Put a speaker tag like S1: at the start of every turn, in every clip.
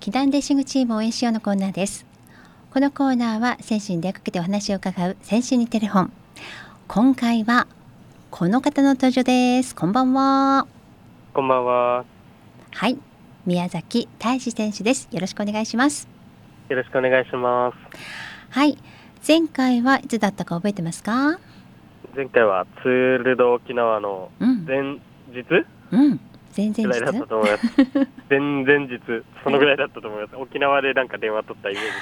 S1: 避難レッシングチームを応援しようのコーナーですこのコーナーは選手に出かけてお話を伺う選手にテレフォン今回はこの方の登場ですこんばんは
S2: こんばんは。
S1: はい宮崎大志選手ですよろしくお願いします
S2: よろしくお願いします。
S1: はい前回はいつだったか覚えてますか
S2: 前回はツールド沖縄の
S1: うん
S2: 前日
S1: うん前々
S2: ぐらいだった
S1: 日
S2: と思います。前々日、そのぐらいだったと思います。沖縄でなんか電話取ったイメージが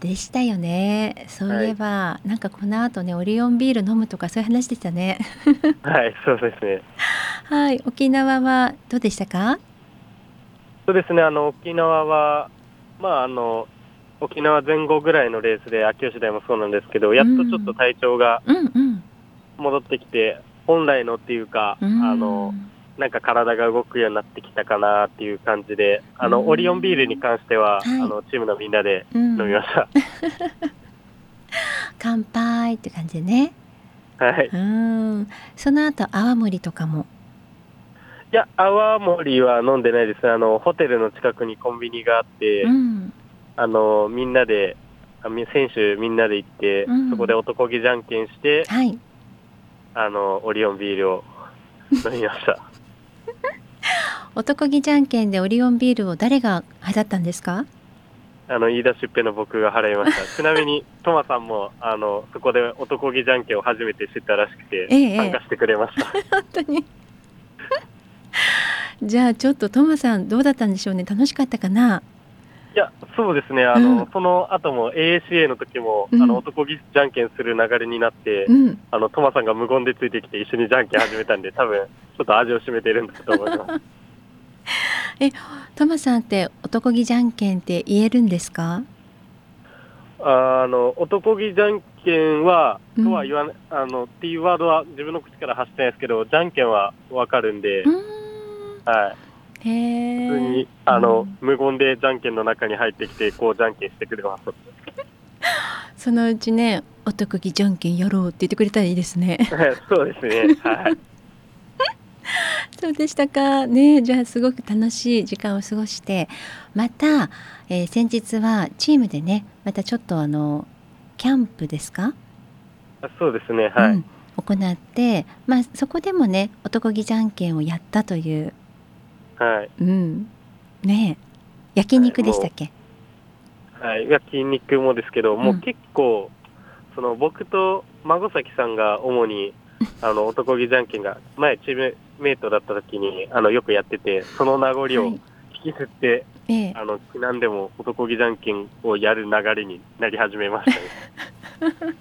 S1: でしたよねそういえば、なんかこの後ねオリオンビール飲むとかそういう話でした ね
S2: あります。はい、そうですね。
S1: はい沖縄はどうでしたか
S2: そうですね、あの、沖縄は、まあ、あの、沖縄前後ぐらいのレースで、秋吉台もそうなんですけど、やっとちょっと体調が
S1: うんうん
S2: 戻ってきて、本来のっていうか、あ
S1: うん
S2: の、なんか体が動くようになってきたかなっていう感じで、あ
S1: うん
S2: の、オリオンビールに関しては、
S1: はい
S2: あの、チームのみんなで
S1: うん
S2: 飲みました。
S1: 乾杯って感じでね
S2: はい。
S1: うんその後泡盛とかも
S2: いや、泡盛は飲んでないです。あの、ホテルの近くにコンビニがあって、
S1: うん
S2: あの、みんなで、あみ選手みんなで行って、
S1: うん
S2: そこで男気じゃんけんして、
S1: はい
S2: あの、オリオンビールを飲みました。
S1: 男気じゃんけんでオリオンビールを誰が払ったんですか
S2: あの、言い出しっぺの僕が払いました。ちなみに、トマさんも、あの、そこで男気じゃんけんを初めて知ったらしくて、
S1: ええ
S2: 参加してくれました。
S1: 本当に じゃあちょっとトマさんどうだったんでしょうね楽しかったかない
S2: や、そうですね。あの、
S1: うん
S2: その後も AACA の時も、
S1: うん
S2: あの、男気じゃんけんする流れになって、
S1: うん
S2: あの、トマさんが無言でついてきて一緒にじゃんけん始めたん で、多分、ちょっと味を占めてるんだと思います。
S1: トマさんって男気じゃんけんって言えるんですか
S2: あの、男気じゃんけんは、
S1: うん
S2: とは言わない、あの、っていうワードは自分の口から発してないですけど、じゃんけんはわかるんで
S1: う、ーん
S2: はい。
S1: へ
S2: 普
S1: え
S2: 通に、あ
S1: う
S2: の
S1: ん、
S2: 無言でじゃんけんの中に入ってきて、こうじゃんけんしてくれます。
S1: そのうちね男気じゃんけんやろうって言ってくれたらいいですね
S2: そうですね。はい。
S1: そうでしたかねじゃあすごく楽しい時間を過ごしてまた、えー先日はチームでねまたちょっとあのキャンプですか、
S2: そうですね。は
S1: う
S2: い
S1: ん。行って、まあ、そこでもね男気じゃんけんをやったという、
S2: はい。
S1: うん、ねえ焼肉でしたっけ、
S2: はい、いや筋肉もですけど、もうんう結構、その僕と孫崎さんが 主に、あの男気じゃんけんが前、チームメイトだった時にあのよくやってて、その名残を
S1: はい
S2: 引きずって、
S1: ええ
S2: あの何でも男気じゃんけんをやる流れになり始めましたね。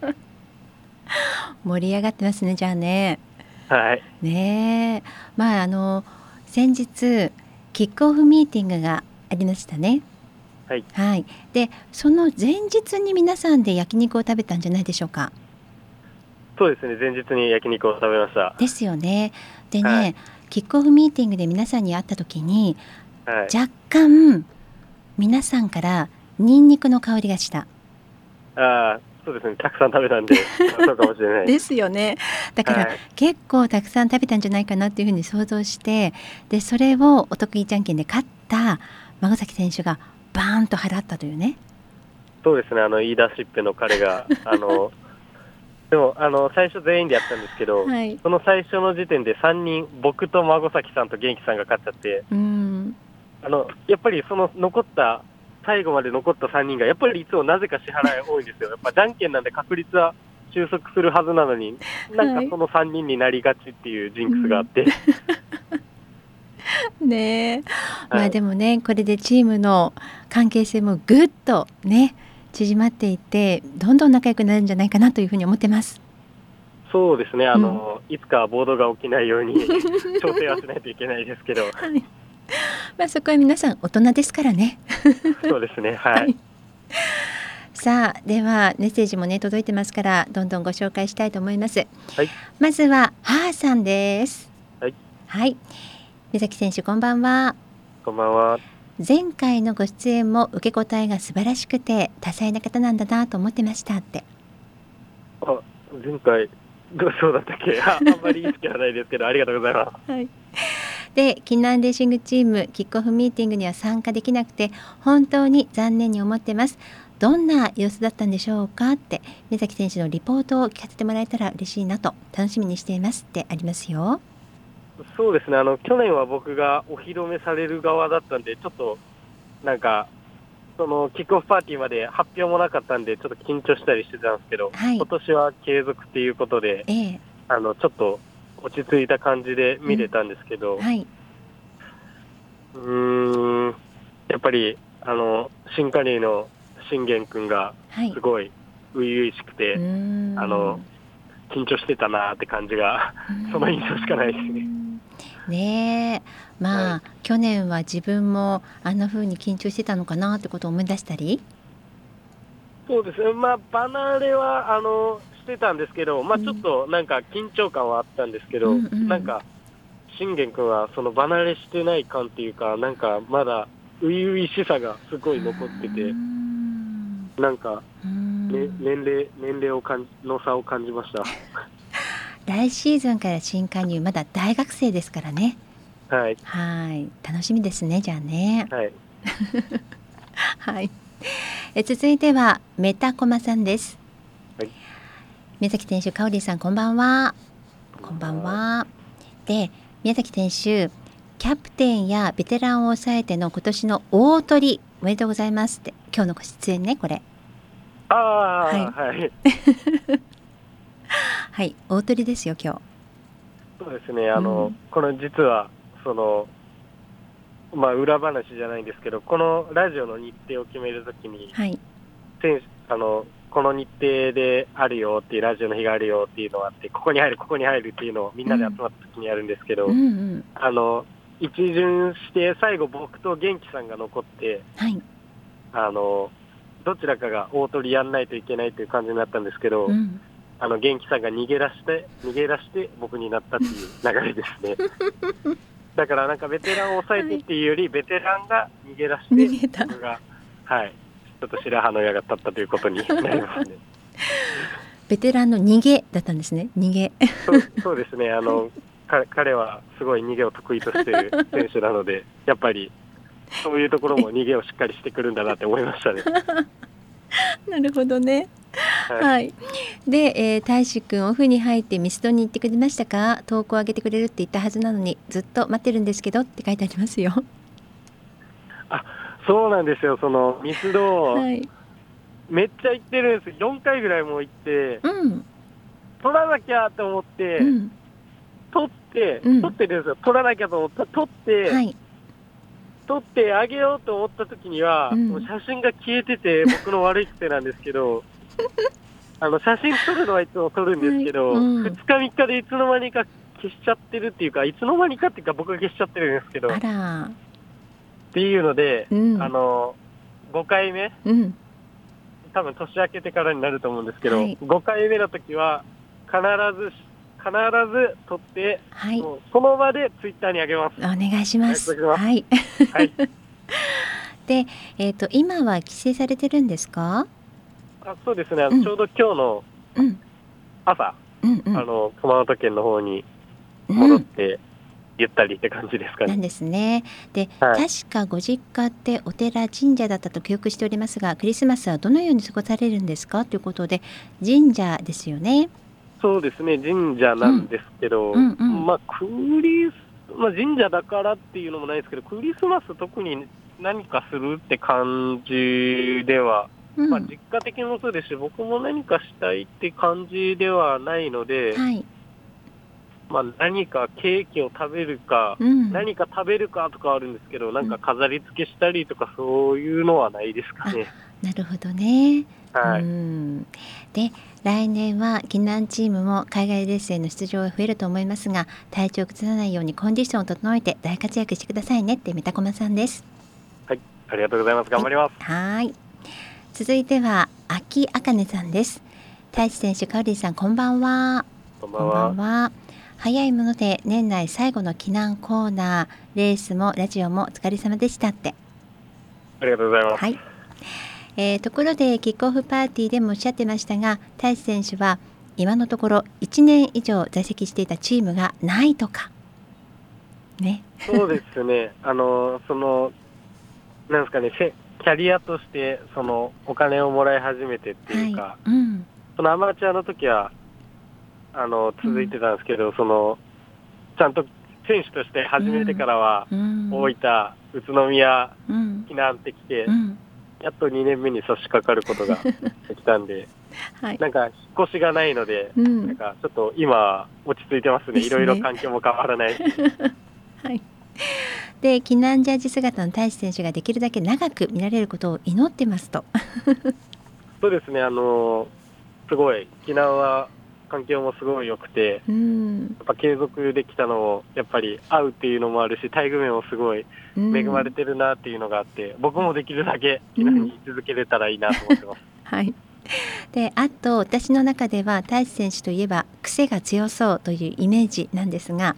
S1: 盛り上がってますねじゃあね。
S2: はい、
S1: ねえまああの先日キックオフミーティングがありましたね。
S2: はい、
S1: でその前日に皆さんで焼肉を食べたんじゃないでしょうか。
S2: そうですね、前日に焼肉を食べました。
S1: ですよね。でね、
S2: はい
S1: キックオフミーティングで皆さんに会った時に
S2: はい、
S1: 若干皆さんからニンニクの香りがした。
S2: あーそうですね、たくさん食べたん で、そうかもしれない。
S1: すよね。だから、
S2: はい、
S1: 結構たくさん食べたんじゃないかなっていうふうに想像してでそれをお得意じゃんけんで勝った孫崎選手がバーンと払ったというね。
S2: そうですね、あの言い出しっぺの彼が、あのでもあの最初、全員でやったんですけど、
S1: はい、
S2: その最初の時点で3人、僕と孫崎さんと元気さんが勝っちゃって、
S1: うん
S2: あのやっぱりその残った、最後まで残った3人が、やっぱりいつもなぜか支払い多いんですよ、やっぱじゃんけんなんで確率は収束するはずなのに、なん
S1: はい
S2: かその3人になりがちっていうジンクスがあって、
S1: ねえま
S2: は
S1: あ
S2: い
S1: でもねこれでチームの関係性もぐっとね縮まっていってどんどん仲良くなるんじゃないかなというふうに思ってます。
S2: そうですねあの、いつかは暴動が起きないよう に調整はしないといけないですけど、
S1: はいまあ、そこは皆さん大人ですからね。
S2: そうですね、はい。
S1: さあではメッセージもね届いてますからどんどんご紹介したいと思います、
S2: はい
S1: まずははーさんです
S2: はい、
S1: はい、目崎選手こんばんは
S2: こんばんは。
S1: 前回のご出演も受け答えが素晴らしくて多彩な方なんだなと思ってましたって
S2: 前回、どうそうだったっけああんまり意識はないですけど、ありがとうございます。
S1: はいで金南レーシングチームキックオフミーティングには参加できなくて本当に残念に思ってますどんな様子だったんでしょうかって宮崎選手のリポートを聞かせてもらえたら嬉しいなと楽しみにしていますってありますよ。
S2: そうですね、あの去年は僕がお披露目される側だったんで、ちょっとなんか、そのキックオフパーティーまで発表もなかったんで、ちょっと緊張したりしてたんですけど、
S1: はい
S2: 今年は継続っていうことで、
S1: ええ
S2: あのちょっと落ち着いた感じで見れたんですけど、
S1: はい、
S2: うーん、やっぱりあの新加入の信玄君が
S1: はい、
S2: すごい初々しくて、
S1: あ
S2: あの緊張してたなーって感じが、その印象しかないですね
S1: ねえまあ、
S2: は
S1: 去年は自分もあんな風に緊張してたのかなってことを思い出したり、
S2: そうですね、まあ、離れはあのしてたんですけど、まあ、
S1: うん
S2: ちょっとなんか緊張感はあったんですけど、
S1: うんうん
S2: なんか、信玄君はその離れしてない感っていうか、なんかまだ初々しさがすごい残って
S1: う
S2: て、
S1: ん
S2: なんか、
S1: うん
S2: ね、年齢年齢を感じの差を感じました。
S1: 来シーズンから新加入まだ大学生ですからね
S2: はい、
S1: はい楽しみですねじゃあね
S2: はい、
S1: はいえ続いてはメタコマさんです、
S2: はい
S1: 宮崎選手香織さんこんばんはこんばん。は。で、宮崎選手、キャプテンやベテランを抑えての今年の大取り、おめでとうございますって、今日のご出演ね、これ。
S2: ああ、はい、
S1: はい、大取りですよ、今日。
S2: そうですね、あの、
S1: うん
S2: この実は、その、まあ、裏話じゃないんですけど、このラジオの日程を決めるときに、
S1: はい。
S2: 選手あのこの日程であるよっていうラジオの日があるよっていうのがあってここに入るここに入るっていうのをみんなで集まった時にやるんですけど、
S1: うんうん。
S2: あの一巡して最後僕と元気さんが残って
S1: はい。
S2: あのどちらかが大取りやんないといけないという感じになったんですけど、
S1: うん。
S2: あの元気さんが逃げ出して逃げ出して僕になったっていう流れですね だからなんかベテランを抑えてっていうより、ベテランが逃げ出して
S1: 逃げた。
S2: 僕がはいちょっと白羽の矢が立ったということになりますね
S1: ベテランの逃げだったんですね。逃げ。
S2: そうそうですね、あのか彼はすごい逃げを得意としている選手な ので、やっぱりそういうところも逃げをしっかりしてくるんだなって思いましたね。
S1: なるほどね。
S2: はい
S1: はい。で、えー、大志くんオフに入ってミストに行ってくれましたか投稿上げてくれるって言ったはずなのに、ずっと待ってるんですけどって書いてありますよ。
S2: そうなんですよ、そのミスド、
S1: はい。
S2: めっちゃ行ってるんです、4回ぐらいも行って、
S1: うん。
S2: 取らなきゃと思って、
S1: うん。
S2: 取って、
S1: うん
S2: 取ってるんですよ、取らなきゃと思った、取って、
S1: はい。
S2: 撮ってあげようと思った時には、
S1: うん
S2: もう写真が消えて て、僕の悪い癖なんですけど、あの写真撮るのはいつも撮るんですけど、
S1: は
S2: 二
S1: いうん
S2: 2日、3日でいつの間にか消しちゃってるっていうか、いつの間にかっていうか、僕が消しちゃってるんですけど、
S1: あ
S2: っ
S1: ら。
S2: ていうので、
S1: うん。
S2: あの5回目、
S1: うん。
S2: 多分年明けてからになると思うんですけど、
S1: はい
S2: 5回目の時は、必ず、必ず撮って、
S1: はい。
S2: もうその場でツイッターにあげます
S1: お。願いします。
S2: お願いします
S1: はい。
S2: はい、
S1: えっ、と今は帰省されてるんですか？
S2: あそうですね、あ
S1: う
S2: の
S1: ん
S2: ちょうど今日の
S1: うん
S2: 朝、
S1: うんうん。
S2: あの熊本県の方に
S1: う
S2: 戻っ
S1: ん、
S2: て、ゆったりって感じですか
S1: なん
S2: ね。
S1: ですね。で、
S2: はい、
S1: 確かご実家ってお寺神社だったと記憶しておりますが、クリスマスはどのように過ごされるんですかということで神社ですよね。
S2: そうですね、神社なんですけど、
S1: うんうんうん
S2: まあ、クリス、まあ、神社だからっていうのもないですけど、クリスマス特に何かするって感じでは、
S1: うん。
S2: まあ、実家的にもそうですし、僕も何かしたいって感じではないので、
S1: はい。
S2: まあ、何かケーキを食べるか、
S1: うん。
S2: 何か食べるかとかあるんですけど、なんか飾り付けしたりとか、そういうのはないですかね。
S1: なるほどね。
S2: は
S1: う
S2: い、
S1: ん。で、来年は銀南チームも海外レースへの出場が増えると思いますが、体調を崩さないようにコンディションを整えて大活躍してくださいねってメタコマさんです。
S2: ありがとうございます。頑張ります。
S1: はい。続いては秋あかねさんです。太一選手、カオリンさん、こんばんは。
S2: こんば
S1: こ
S2: ん
S1: んば
S2: は
S1: ん。は。早いもので年内最後の避難コーナー、レースもラジオもお疲れ様でしたって。
S2: ありがとうございます。
S1: はい。えーところでキックオフパーティーでもおっしゃってましたが、太一選手は今のところ1年以上在籍していたチームがないとか。ね。
S2: そうですね、あのそのなんですかね、せキャリアとしてそのお金をもらい始めてって
S1: は
S2: いう
S1: い
S2: か、。
S1: うん。
S2: そのアマチュアの時はあの続いてたんですけど、そのちゃんと選手として始めてからは、
S1: うん。
S2: 大分、宇都宮、
S1: うん。
S2: 避難ってきて、
S1: うん。
S2: やっと2年目に差し掛かるこ とができたんで、
S1: はい。
S2: なんか引っ越しがないので、
S1: う
S2: なん
S1: ん。
S2: かちょっと今、落ち着いてますね、
S1: です
S2: い
S1: ね
S2: ろいろ環境も変わらない。
S1: はい。で、避難ジャージ姿の大志選手ができるだけ長く見られることを祈ってますと。
S2: そうですね、あのすごい、避難は環境もすごい良くて、
S1: うん。
S2: やっぱ継続できたのも、やっぱり合うっていうのもあるし、待遇面もすごい
S1: うん
S2: 恵まれてるなっていうのがあって、僕もできるだけ避難に続けれたらいいなと思ってます。
S1: はい。で、あと私の中では大志選手といえば癖が強そうというイメージなんですが、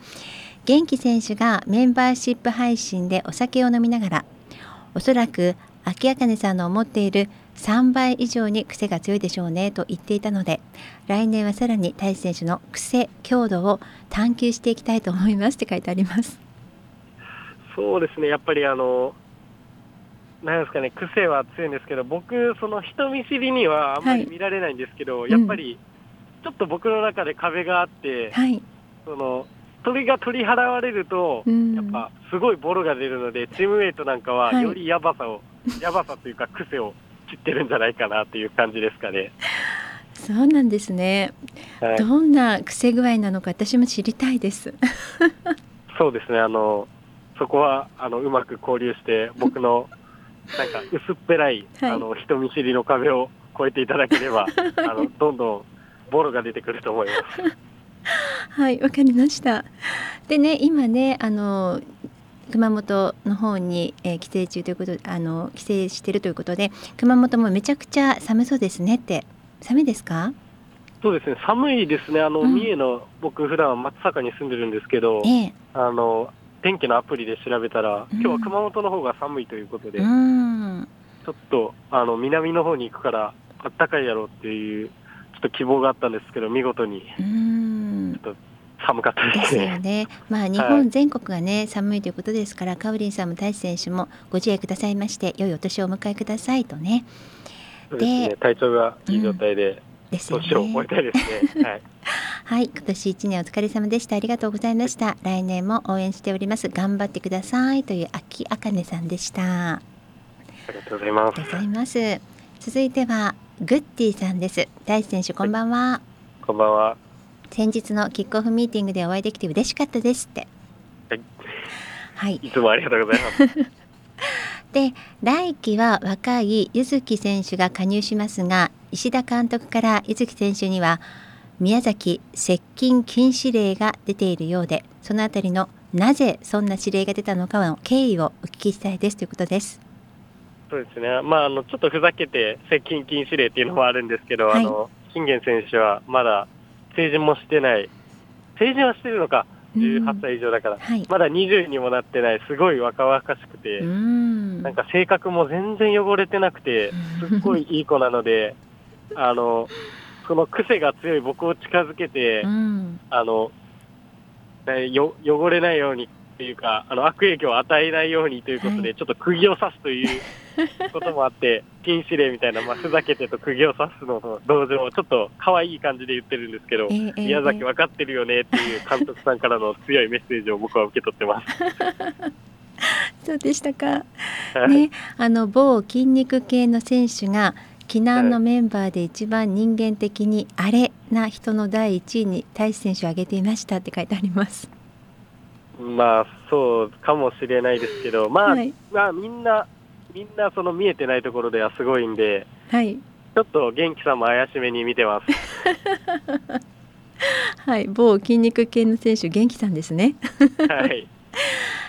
S1: 元気選手がメンバーシップ配信でお酒を飲みながら、おそらく秋茜さんの思っている3倍以上に癖が強いでしょうねと言っていたので、来年はさらに大志選手の癖強度を探求していきたいと思いますって書いてあります。
S2: そうですね、やっぱりあの、なんですかね、癖は強いんですけど、僕、その人見知りにはあんま
S1: は
S2: り
S1: い
S2: 見られないんですけど、
S1: ん
S2: やっぱり、ちょっと僕の中で壁があって、
S1: はい。
S2: その、鳥が取り払われると、
S1: うん
S2: やっぱすごいボロが出るので、チームメイトなんか
S1: は
S2: はいよりやば さを、やばさというか癖を切ってるんじゃないかなっていう感じですかね。
S1: そうなんですね。
S2: はい
S1: どんな癖具合なのか私も知りたいです。
S2: そうですね、あの、そこは、あの、うまく交流して、僕の、なんか、薄っぺらい、
S1: はい
S2: あの、人見知りの壁を越えていただけれ ば、あの、どんどん、ボロが出てくると思います。
S1: はい、わかりました。でね、今ね、あの熊本の方に、えー帰省中ということで、あの帰省してるということで、熊本もめちゃくちゃ寒そうですねって。寒いですか？
S2: そうですね、寒いですね、あの、
S1: うん
S2: 三重の、僕、普段松阪に住んでるんですけど、
S1: ええ、
S2: あの、天気のアプリで調べたら、
S1: うん
S2: 今日は熊本の方が寒いということで、
S1: うーん、
S2: ちょっと、あの、南の方に行くから、あったかいやろうっていう、ちょっと希望があったんですけど、見事に
S1: うーん。
S2: 寒かった
S1: で
S2: ですす
S1: よ
S2: ね。
S1: ね。まあ日本全国がね、寒いということですから、カウリンさんも大志選手もご自愛くださいまして、良いお年をお迎えくださいとね。
S2: そうですね、体調がいい状態で、
S1: ですよね。
S2: 年を終えたいですね。 はい。
S1: はい、今年一年お疲れ様でした。ありがとうございました。来年も応援しております。頑張ってくださいという秋あかねさんでした。あ
S2: ありがとうございます
S1: りがとう。ございます。続いてはグッディさんです。大地選手こんばんは。
S2: こんばんは。
S1: 先日のキックオフミーティングでお会いできて嬉しかったですって。
S2: はい。
S1: はい。
S2: いつもありがとうござ います。
S1: で来季は若い柚木選手が加入しますが石田監督から柚木選手には宮崎接近禁止令が出ているようでそのあたりのなぜそんな指令が出たのかの経緯をお聞きしたいですということです。
S2: そうですね。まあ、あの、ちょっとふざけて接近禁止令っていうのもあるんですけど、
S1: はい
S2: あの、金元選手はまだ成人もしてない。成人はしてるのか。18歳以上だから。
S1: はい。
S2: まだ20にもなってない、すごい若々しくて、
S1: ん
S2: なんか性格も全然汚れてなくて、すっごいいい子な ので、あの、その癖が強い僕を近づけて、
S1: うん。
S2: あの、ねよ汚れないようにっていうか、あの悪影響を与えないようにということで、
S1: は
S2: ちょっと釘を刺すと いうこともあって、禁止令みたいな、まあ、ふざけてと釘を刺すのと同情を、ちょっと可愛い感じで言ってるんですけど
S1: え、えええ
S2: 宮崎分かってるよねっていう監督さんからの強いメッセージを僕は受け取ってます。
S1: そうでしたか。
S2: はい
S1: ね、あの某筋肉系の選手が避難のメンバーで一番人間的にあれな人の第一位に大志選手を挙げていましたって書いてあります。
S2: まあ、そうかもしれないですけど、まあ、
S1: はい、
S2: まあ、みんな、みんなその見えてないところではすごいんで、
S1: はい、
S2: ちょっと元気さも怪しめに見てます。
S1: はい、某筋肉系の選手元気さんですね、
S2: はい。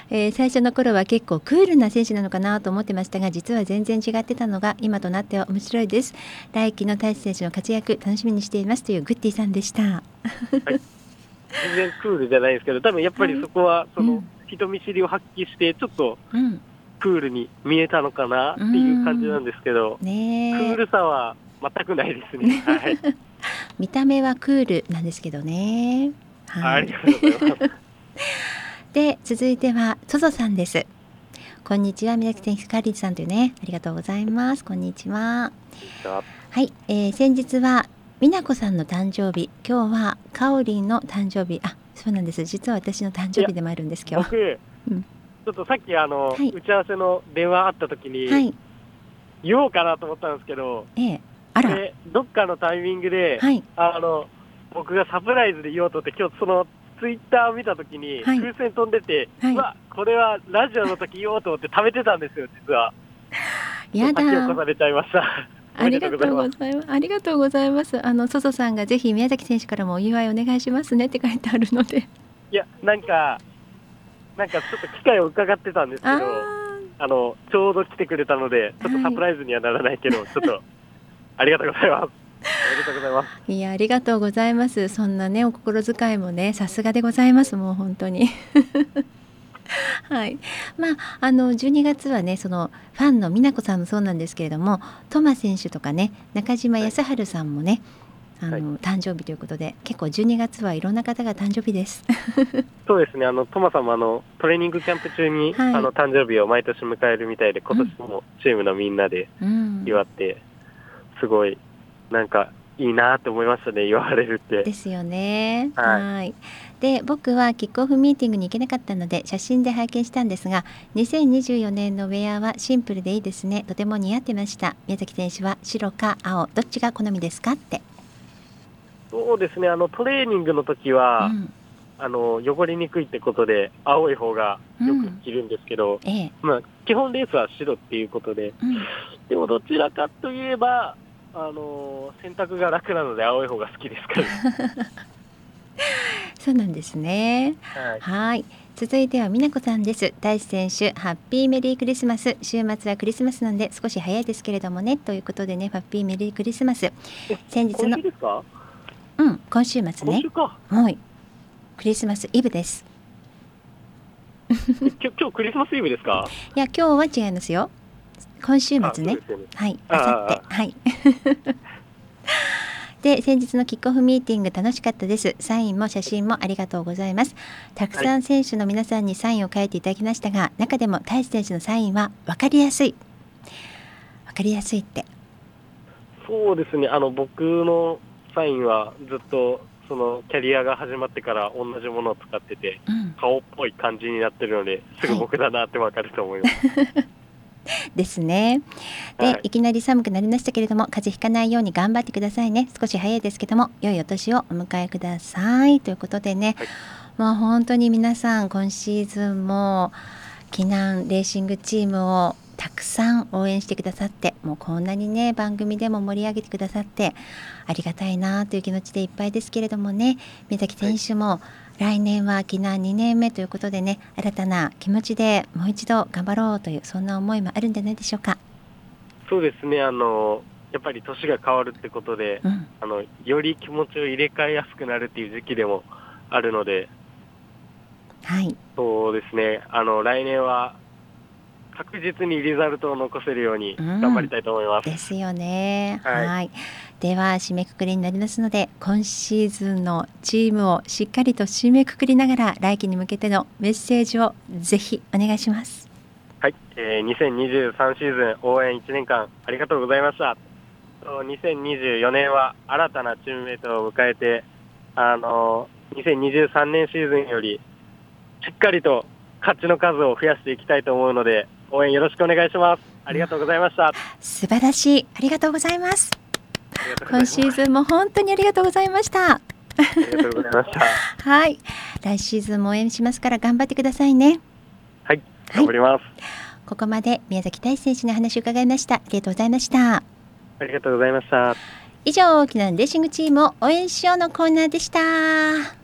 S1: えー最初の頃は結構クールな選手なのかなと思ってましたが実は全然違ってたのが今となっては面白いです来季の大志選手の活躍楽しみにしていますというグッディさんでした
S2: 全然クールじゃないですけど、多分やっぱりそこは、そ
S1: うん
S2: の、人見知りを発揮して、ちょっと
S1: うん
S2: クールに見えたのかなっていう感じなんですけど、ク
S1: ね
S2: ー
S1: え
S2: ルさは全くないですね。はい。
S1: 見た目はクールなんですけどね
S2: ありがとうございます。
S1: して続いてはソゾさんですこんにちは宮崎天ひかりさんというねありがとうございますこんにちは
S2: あ
S1: はい、えー先日は美奈子さんの誕生日今日はかおりんの誕生日あそうなんです実は私の誕生日でもあるんです今日
S2: 僕、
S1: うん
S2: ちょっとさっきあの、
S1: はい
S2: 打ち合わせの電話あった時に、
S1: はい
S2: 言おうかなと思ったんですけど、
S1: ええあら
S2: でどっかのタイミングで、
S1: はい
S2: あの僕がサプライズで言おうとって、今日そのツイッターを見たときに、
S1: はい
S2: 風船飛んでて、
S1: はいう
S2: わ、これはラジオの時言おうと思って食べてたんですよ、実は。
S1: やだ
S2: 先を越されちゃいました。
S1: ありがとうございます。ありがとうございます。あのソソさんがぜひ宮崎選手からもお祝いお願いしますねって書いてあるので。
S2: いや、なんか、なんかちょっと機会を伺ってたんですけど、
S1: あ
S2: あの、ちょうど来てくれたので、ちょっとサプライズにはならないけど、ちょっと、ありがとうございます。ありがとうございます。
S1: あ、いやありがとうございます。そんなねお心遣いもねさすがでございます。もう本当に。 はい。まああの12月はねそのファンの美奈子さんもそうなんですけれども、トマ選手とかね中島康春さんもね。あの誕生日ということで結構12月はいろんな方が誕生日です。
S2: そうですね、あのトマさんもあのトレーニングキャンプ中に、
S1: はい
S2: あの誕生日を毎年迎えるみたいで、今年もチームのみんなで
S1: うん、
S2: 祝って、すごい、なんかいいなって思いましたね、祝われるって
S1: で。すよね。は
S2: はいい
S1: で僕はキックオフミーティングに行けなかったので写真で拝見したんですが2024年のウェアはシンプルでいいですねとても似合ってました宮崎選手は白か青どっちが好みですかって。
S2: そうですね、あのトレーニングの時は、
S1: うん
S2: あの汚れにくいってことで、青い方がよく着るんですけど、
S1: ええ
S2: まあ、基本レースは白っていうことで、
S1: うん
S2: でもどちらかといえば、あの洗濯が楽なので、青い方が好きですから、
S1: そうなんですね。
S2: はい、
S1: はい。続いては美奈子さんです。大志選手、ハッピーメリークリスマス。週末はクリスマスなんで少し早いですけれどもねということでね、ハッピーメリークリスマス。先日
S2: 今
S1: の
S2: 週ですか、
S1: うん今週末
S2: 今
S1: ね
S2: 週。か、
S1: はい。クリスマスイブです。
S2: えきょ今日クリスマスイブですか。
S1: いや今日は違いますよ。今週末ね。
S2: あそうですよね
S1: はい。
S2: あ
S1: あさってはい。 で先日のキックオフミーティング楽しかったです。サインも写真もありがとうございます。たくさん選手の皆さんにサインを書いていただきましたが、中でも大志選手のサインは分かりやすい。分かりやすいって。
S2: そうですね、あの僕のサインはずっとそのキャリアが始まってから同じものを使ってて、
S1: うん、
S2: 顔っぽい感じになってるので、すぐ僕だなってわかると思います。
S1: ですね。で、
S2: はいい、
S1: きなり寒くなりましたけれども風邪ひかないように頑張ってくださいね少し早いですけども良いお年をお迎えくださいということでね、
S2: はい
S1: もう本当に皆さん今シーズンも避難レーシングチームをたくさん応援してくださってもうこんなにね番組でも盛り上げてくださってありがたいなという気持ちでいっぱいですけれどもね宮崎選手も来年は沖縄2年目ということでね新たな気持ちでもう一度頑張ろうというそんな思いもあるんじゃないでしょうか。
S2: そうですね、あのやっぱり年が変わるってことで、
S1: うん
S2: あのより気持ちを入れ替えやすくなるっていう時期でもあるので、
S1: はい、
S2: そうですね、あの来年は確実にリザルトを残せるように頑張りたいと思います。
S1: ですよね。は、
S2: はいい
S1: では締めくくりになりますので、今シーズンのチームをしっかりと締めくくりながら、来季に向けてのメッセージをぜひお願いします。
S2: はい、えー2023シーズン応援1年間ありがとうございました。と2024年は新たなチームメイトを迎えて、あのー2023年シーズンよりしっかりと勝ちの数を増やしていきたいと思うので、応援よろしくお願いします。ありがとうございました。あ
S1: 素晴らしい。ありがとうございます。
S2: りがとうござ
S1: 今
S2: いまし
S1: シーズンも本当にありがとうございました。
S2: た。ありがとうございました。
S1: はい、来シーズンも応援しますから頑張ってくださいね。
S2: はい、頑張ります。
S1: ここまで宮崎大選手の話を伺いました。ありがとうございました。
S2: ありがとうございました。
S1: 以上、沖縄レーシングチームを応援しようのコーナーでした。